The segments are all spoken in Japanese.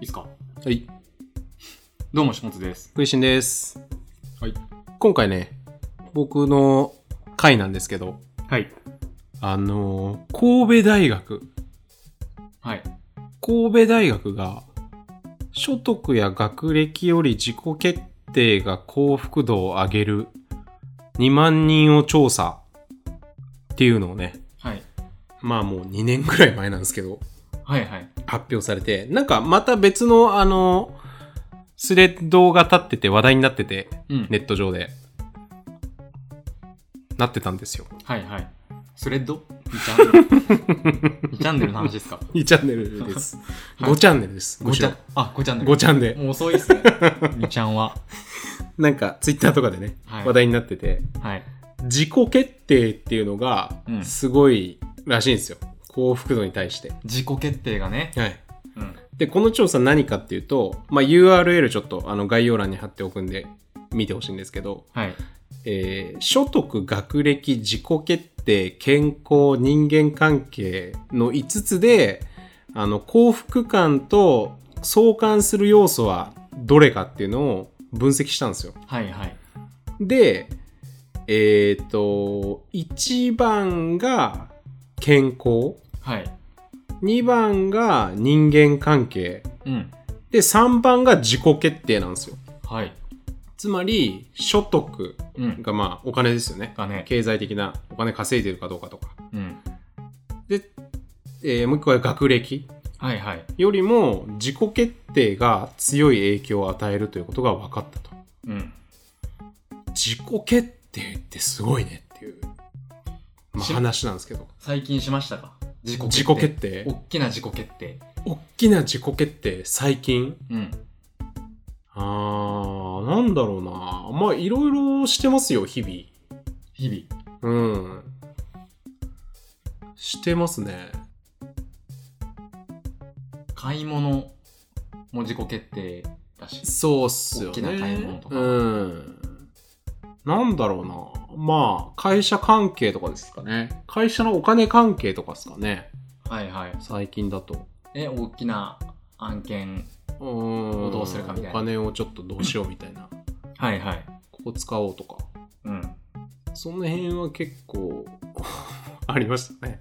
いっすかはい、どうも、しもつです。食いしんです。はい。今回ね、僕の回なんですけど、はい。あのー神戸大学、はい。神戸大学が、所得や学歴より自己決定が幸福度を上げる2万人を調査っていうのをね、はい。まあもう2年くらい前なんですけど、はいはい。発表されて、なんかまた別のあの、スレッドが立ってて話題になってて、うん。ネット上で。なってたんですよ。はいはい。スレッド ?2 チャンネル ?2 チャンネルの話です か2チャンネル です。はい5チャンネルです。 ?5 チャン5。あ、5チャンネル。チャンで。もう遅いっすね。2ちゃんは。なんか、ツイッターとかでね、はい話題になってて、はい。自己決定っていうのがう、んすごいらしいんですよ。幸福度に対して。自己決定がね。はい。うん。で、この調査何かっていうと、まあ、URL ちょっと、あの、概要欄に貼っておくんで、見てほしいんですけど、はい。えー所得、学歴、自己決定、健康、人間関係の5つで、あの、幸福感と相関する要素はどれかっていうのを分析したんですよ。はいはい。で、えっ、と、1番が健康、はい。 2番が人間関係、うん。で、3番が自己決定なんですよ。はい。つまり、所得うん。がまあお金ですよね。がね。経済的なお金稼いでるかどうかとか。うん。で、えーもう一個は学歴はいはい。よりも自己決定が強い影響を与えるということが分かったと。うん。自己決定ってすごいねっていう、まあ、し話なんですけど。最近しましたか自己自決定。己決定おっきな自己決定。おっきな自己決定、最近うん。あー、なんだろうな。まあ、いろいろしてますよ、日日々。々。うん。してますね。買い物も自己決定だし。そうっすよね。大きな買い物とかうん。なんだろうな。まあ、会社関係とかですかね。会社のお金関係とかですかね。はいはい。最近だと。え、大きな案件。うーん。どうするかみたいなお金をちょっとどうしようみた いな。はいはい。ここ使おうとか。うん。その辺は結構、 ありましたね。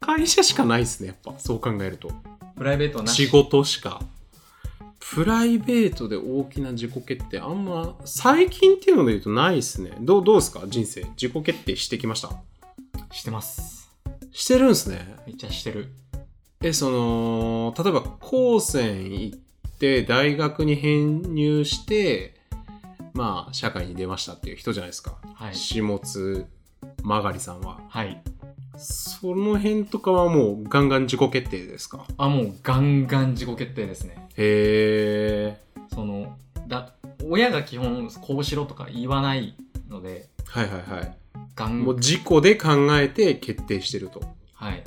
会社しかないですね、やっぱ。そう考えると。プライベートなし。仕事しか。プライベートで大きな自己決定、あんま、最近っていうので言うとないですね。どう、どうですか人生。自己決定してきました。してます。してるんですね。めっちゃしてる。え、その、例えば、高専行って、大学に編入して、まあ、社会に出ましたっていう人じゃないですか。はい。下津曲がりさんは。はい。その辺とかはもう、ガンガン自己決定ですかあ、もうガンガン自己決定ですね。へー。その、だ、親が基本こうしろとか言わないので、はいはいはい。ガン、もう自己で考えて決定してると。はい。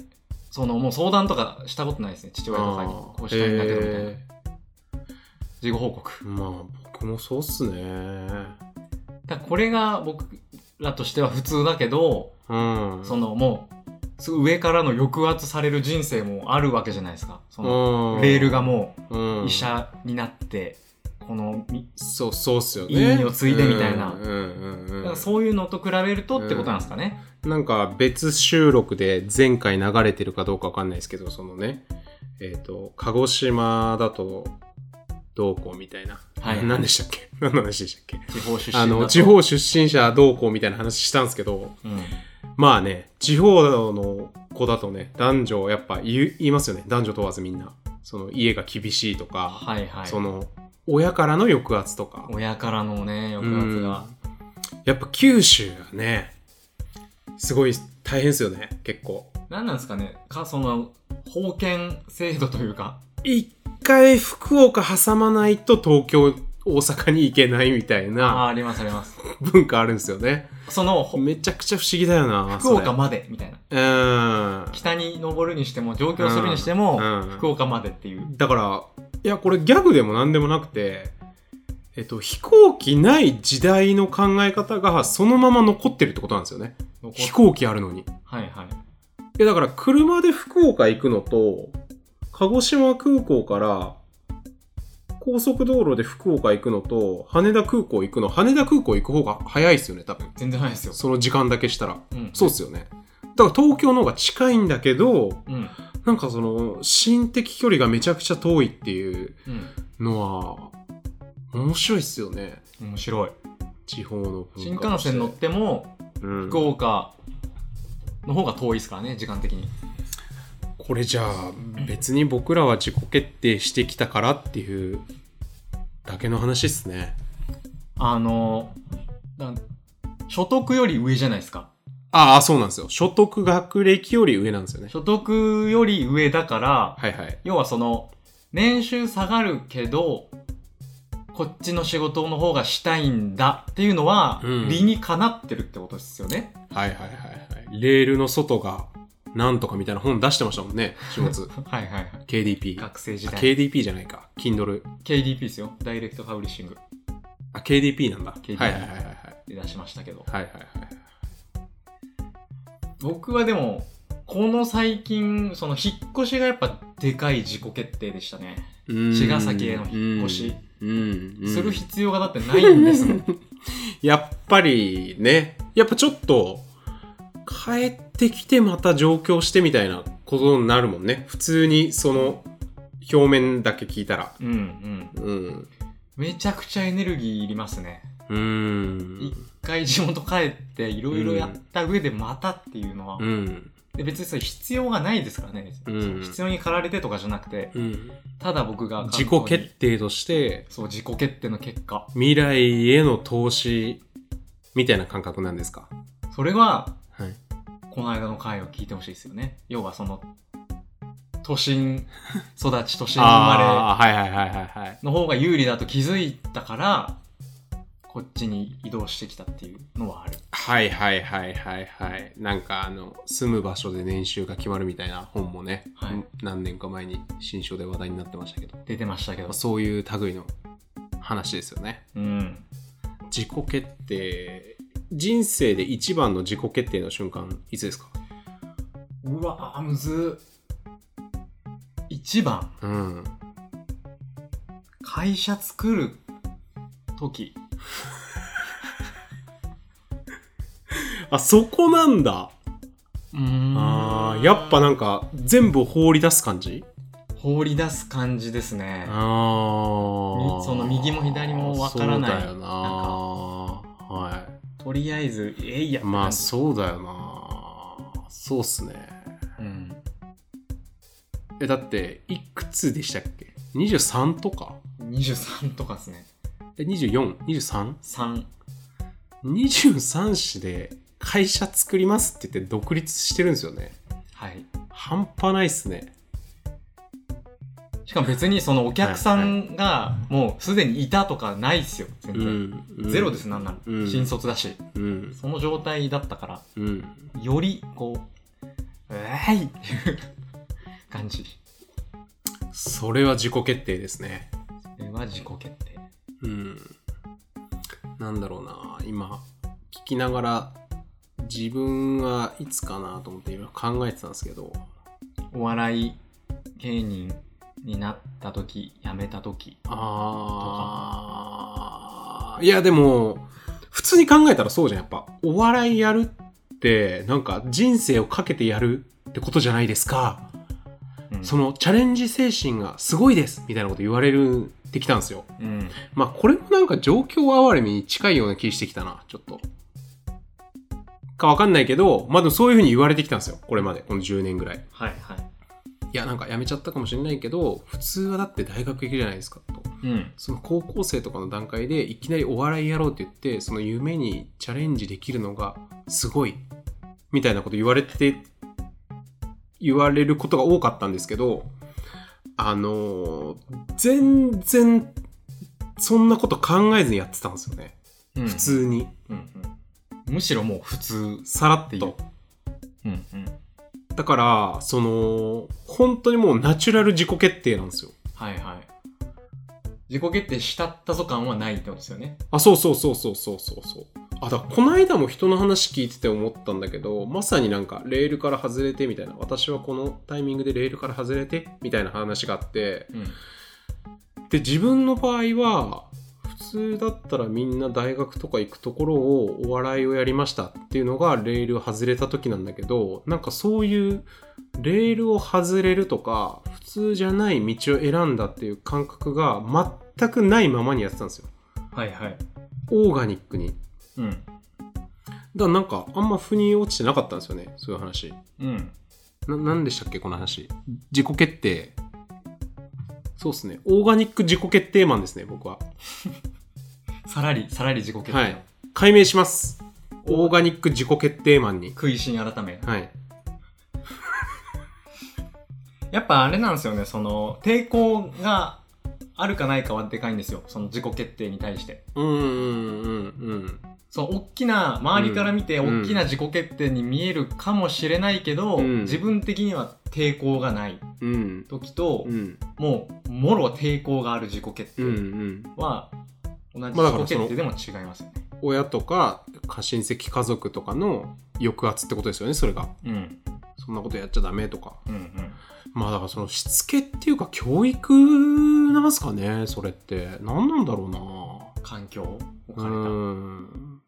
その、もう相談とかしたことないですね。父親とかにこうしたいんだけどみたいなへ。事後報告。ーまあ僕もそうっすね。だからこれが僕らとしては普通だけど、うん。そのもうすごい上からの抑圧される人生もあるわけじゃないですかそののレールがもううん医者になってこのみそうそうっすよね。委員を継いでみたいなうんうんうんだうかんらそういうのと比べるとってことなんですかね、なんか別収録で前回流れてるかどうかわかんないですけど、そのね、えっ、と、鹿児島だとどうこうみたいな。はい何でしたっけ何の話でしたっけ地方出身だあとの、地、方出身者どうこうみたいな話したんですけど、うん、まあね、地方の子だとね、男女、やっぱ言う言いますよね、男女問わずみんな。その家が厳しいとか、はいはいその親からの抑圧とか。親からのね抑圧がうんやっぱ九州がね、すごい大変ですよね、結構。何なんですかねかその封建制度というか一回福岡挟まないと東京、大阪に行けないみたいあなありますあります文化あるんですよね。そのほめちゃくちゃ不思議だよな。福岡それまでみたいなうん。北に登るにしても上京するにしても、うんうん福岡までっていうだから、いや、これギャグでも何でもなくて、えっと、飛行機ない時代の考え方がそのまま残ってるってことなんですよね。残っ飛行機あるのに。いはいはいや、だから車で福岡行くのと、鹿児島空港から高速道路で福岡行くのと、羽田空港行くの、羽田空港行く方が早いですよね、多分。全然ないですよ。その時間だけしたら。うん。そうっすよね。だから東京の方が近いんだけど、うん。なんかその、心的距離がめちゃくちゃ遠いっていううん。のは、面白いっすよね。面白い。地方の新文化と幹して線乗っても、うん福岡の方が遠いですからね、時間的に。これじゃあ別に僕らは自己決定してきたからっていうだけの話っすねあの、だ所得より上じゃないですか。ああそうなんですよ所得学歴より上なんですよね所得より上だから、はいはい要はその、年収下がるけど、こっちの仕事の方がしたいんだっていうのは、うん理にかなってるってことですよね。はいはいはいはいレールの外がなんとかみたいな本出してましたもん ね4月はいはいはい。 KDP あ学生時代。 KDP じゃないか Kindle KDP ですよ。ダイレクトパブリッシングあ KDP なんだ KDP はいはいはいはいはいで出しましたけど。はいはいはい僕はでも、この最近、その引っ越しがやっぱでかい自己決定でしたね。うーん茅ヶ崎への引っ越しうんうんうんする必要がだってないんですも ん。やっぱりね、やっぱちょっと、帰ってきてまた上京してみたいなことになるもんね。普通にその表面だけ聞いたら。うんうん。うん。めちゃくちゃエネルギーいりますね。うーん。一回地元帰っていろいろやった上でまたっていうのは、うん。で別にそれ必要がないですからね、うんその必要に駆られてとかじゃなくてうん。ただ僕が過自己去に決定として、そう自己決定の結果未来への投資みたいな感覚なんですかそれははい。この間の回を聞いてほしいですよね要はその都心育ち都心生まあーはいはいはいはいはい。れの方が有利だと気づいたからこっちに移動してきたっていうのはあるはいはいはいはいはい。なんかあの、住む場所で年収が決まるみたいな本もね、はい何年か前に新書で話題になってましたけど、ま出てましたけどあ、そういう類の話ですよね。うん自己決定、人生で一番の自己決定の瞬間、いつですかうわーむず1番うん。会社作る時あ、そこなんだ。うーんあーやっぱなんか、全部放り出す感じ放り出す感じですねあーみその右も左もわからないそうだよなはい。とりあえずえいやまあそそうだよなそうっすねうんえだっていくつでしたっけ23とか23とかですねえ 24?23?23 3 23市で会社作りますって言って独立してるんですよねはい半端ないっすねしかも別にそのお客さんがもうすでにいたとかないっすよ全然、ゼロですなんなら、うん新卒だしうんその状態だったからうんよりこう「えーい!」っていう感じそれは自己決定ですねそれは自己決定うん。なんだろうな、今、聞きながら、自分はいつかなと思っていろいろ考えてたんですけど、お笑い芸人になった時辞めた時あー、いやでも、普通に考えたらそうじゃん、やっぱ。お笑いやるって、なんか人生をかけてやるってことじゃないですか。うんそのチャレンジ精神がすごいですみたいなこと言われるってきたんですよ。うんまあこれもなんか状況哀れみに近いような気してきたな、ちょっと。かわかんないけど、まあでもそういうふうに言われてきたんですよ、これまで、この10年ぐらい。はいはいいや、なんか辞めちゃったかもしれないけど、普通はだって大学行くじゃないですか、と。うんその高校生とかの段階でいきなりお笑いやろうって言って、その夢にチャレンジできるのがすごい、みたいなこと言われて、言われることが多かったんですけど、あのー全然、そんなこと考えずにやってたんですよね。うん普通に。うんうん、むしろもう普通さらっっていとう。うんうんだから、その、本当にもうナチュラル自己決定なんですよ。はいはい自己決定したったぞ感はないってことですよねあ、そうそうそうそうそうそうそう。あ、だからこの間も人の話聞いてて思ったんだけど、まさになんかレールから外れてみたいな、私はこのタイミングでレールから外れてみたいな話があって、うんで自分の場合は普通だったらみんな大学とか行くところをお笑いをやりましたっていうのがレール外れた時なんだけどなんかそういうレールを外れるとか普通じゃない道を選んだっていう感覚が全くないままにやってたんですよはいはい。オーガニックにだかうん。らなんかあんま腑に落ちてなかったんですよねそういう話うん。な何でしたっけこの話自己決定そうですねオーガニック自己決定マンですね僕はさらり、さらり自己決定。はい解明しますオーガニック自己決定マンに食いしん改め。はいやっぱあれなんですよね、その、抵抗があるかないかはでかいんですよ。その自己決定に対して。うんうんうんその、大きな、周りから見てうん大きな自己決定に見えるかもしれないけど、うん自分的には抵抗がないうんうん時と、うんもう、もろ抵抗がある自己決うんう定んは、同じまあだから自己その決定でも違いますよね。親とか親戚家族とかの抑圧ってことですよねそれがうん。そんなことやっちゃダメとかうんうん。まあだからそのしつけっていうか教育なんすかねそれって何なんだろうな環境を置かうれた。ーん。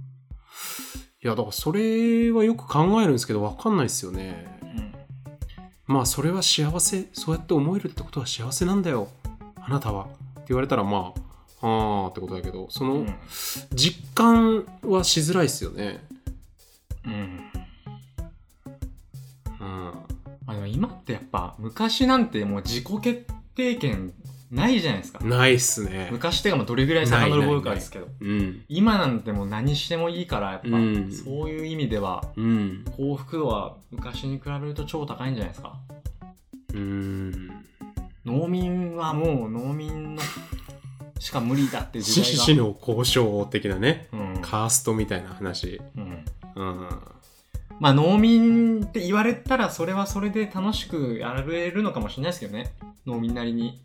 いや、だからそれはよく考えるんですけど、わかんないですよね。うんまあ、それは幸せ、そうやって思えるってことは幸せなんだよ、あなたは。って言われたら、まあ、あーってことだけど、そうのん実感はしづらいですよね。うんうん。まあ、でも今ってやっぱ昔なんてもう自己決定権ないじゃないですかないっすね。昔ってかもうどれぐらい遡るかですけどうん。今なんてもう何してもいいからやっぱ、うんそういう意味ではうん。幸福度は昔に比べると超高いんじゃないですかうん。農民はもう農民のしか無理だっていう時獅代が子の交渉的なね、うんカーストみたいな話。うんうん。まあ農民って言われたらそれはそれで楽しくやられるのかもしれないですけどね農民なりに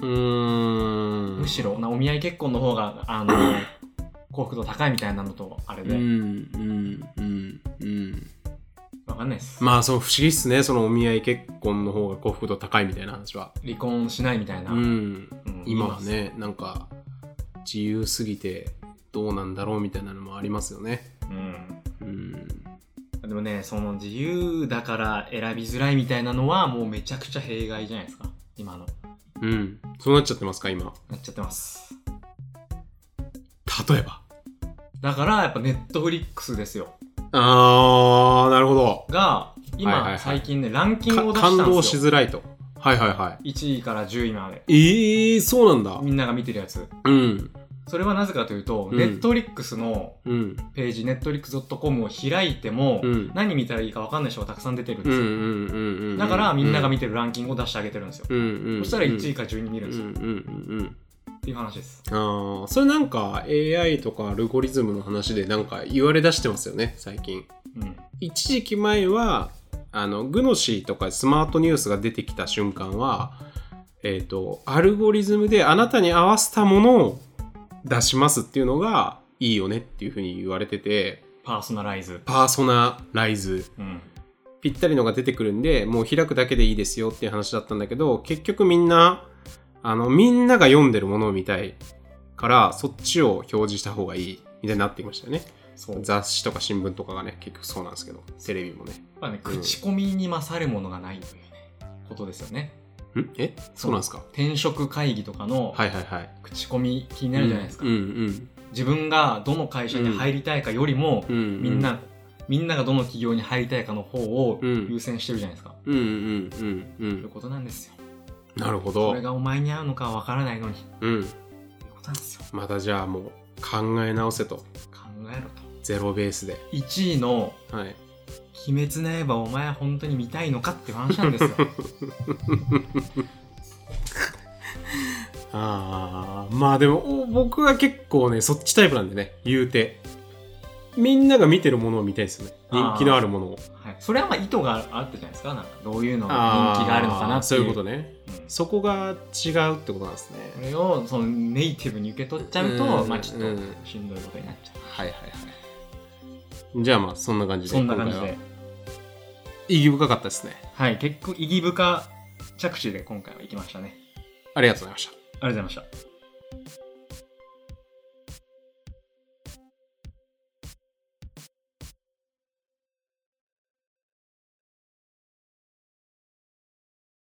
うーん。むしろなお見合い結婚の方があの幸福度高いみたいなのとあれうで、んうんうんうんわかんないです、まあその不思議っすねそのお見合い結婚の方が幸福度高いみたいな話は離婚しないみたいな、うんうん今はねなんか自由すぎてどうなんだろうみたいなのもありますよねうんうんでもねその自由だから選びづらいみたいなのはもうめちゃくちゃ弊害じゃないですか今のうんそうなっちゃってますか今なっちゃってます例えばだからやっぱネットフリックスですよあーなるほどが今、はいはいはい最近ねランキングをか出したん感動ですしよづらいとはいはいは1位から10位までいえー、そうなんだみんなが見てるやつうんそれはなぜかというと、うんネットフリックスのうんページ netflix.com を開いても、うん何見たらいいか分かんない人がたくさん出てるんうんうですよ、んうんうんだからみんなが見見てるランキングを出してあげてるんですよ、そそしたら1位か12位見うるんでんうすよ、んうんうんっていう話ですああ、それなんか AI とかアルゴリズムの話でなんか言われ出してますよね、最近。うん一時期前は、あの、グノシーとかスマートニュースが出てきた瞬間は、えっ、と、アルゴリズムであなたに合わせたものを出しますっていうのがいいよねっていうふうに言われてて、パーソナライズパーソナライズうんぴったりのが出てくるんでもう開くだけでいいですよっていう話だったんだけど結局みんなあのみんなが読んでるものを見たいからそっちを表示した方がいいみたいになってきましたよねそうやっ雑誌とか新聞とかがね結局そうなんですけどテレビもねぱね口コミに勝るものがないというねことですよねんえそうなんですか転職会議とかのはいはいはい口コミ気になるじゃないですか、うんうん自分がどの会社に入りたいかよりも、うんうんみんなみんながどの企業に入りたいかの方をうん優先してるじゃないですか、うんうんうんうというんことなんですよなるほそどれがお前に合うのかは分からないのにというんうことなんですよまたじゃあもう考え直せと考えろとゼロベースで1位のはい「鬼滅の刃お前本当に見たいのか?」って話なん ですよああまあでもお僕は結構ねそっちタイプなんでね言うてみんなが見てるものを見たいですよねあー人気のあるものをはい、それはまあ意図があったじゃないですかなんかどういうのがあー人気があるのかなってそいういうこうとねうんそそこが違うってことなんですねれをそのネイティブに受け取っちゃうと、うんまあちょっうとんしんどいことになっちゃう、はいはいはいじゃあまあそんな感じでそんな感じ今回では意義深かったですねはい結構意義深着地で今回はいきましたねありがとうございましたありがとうございました。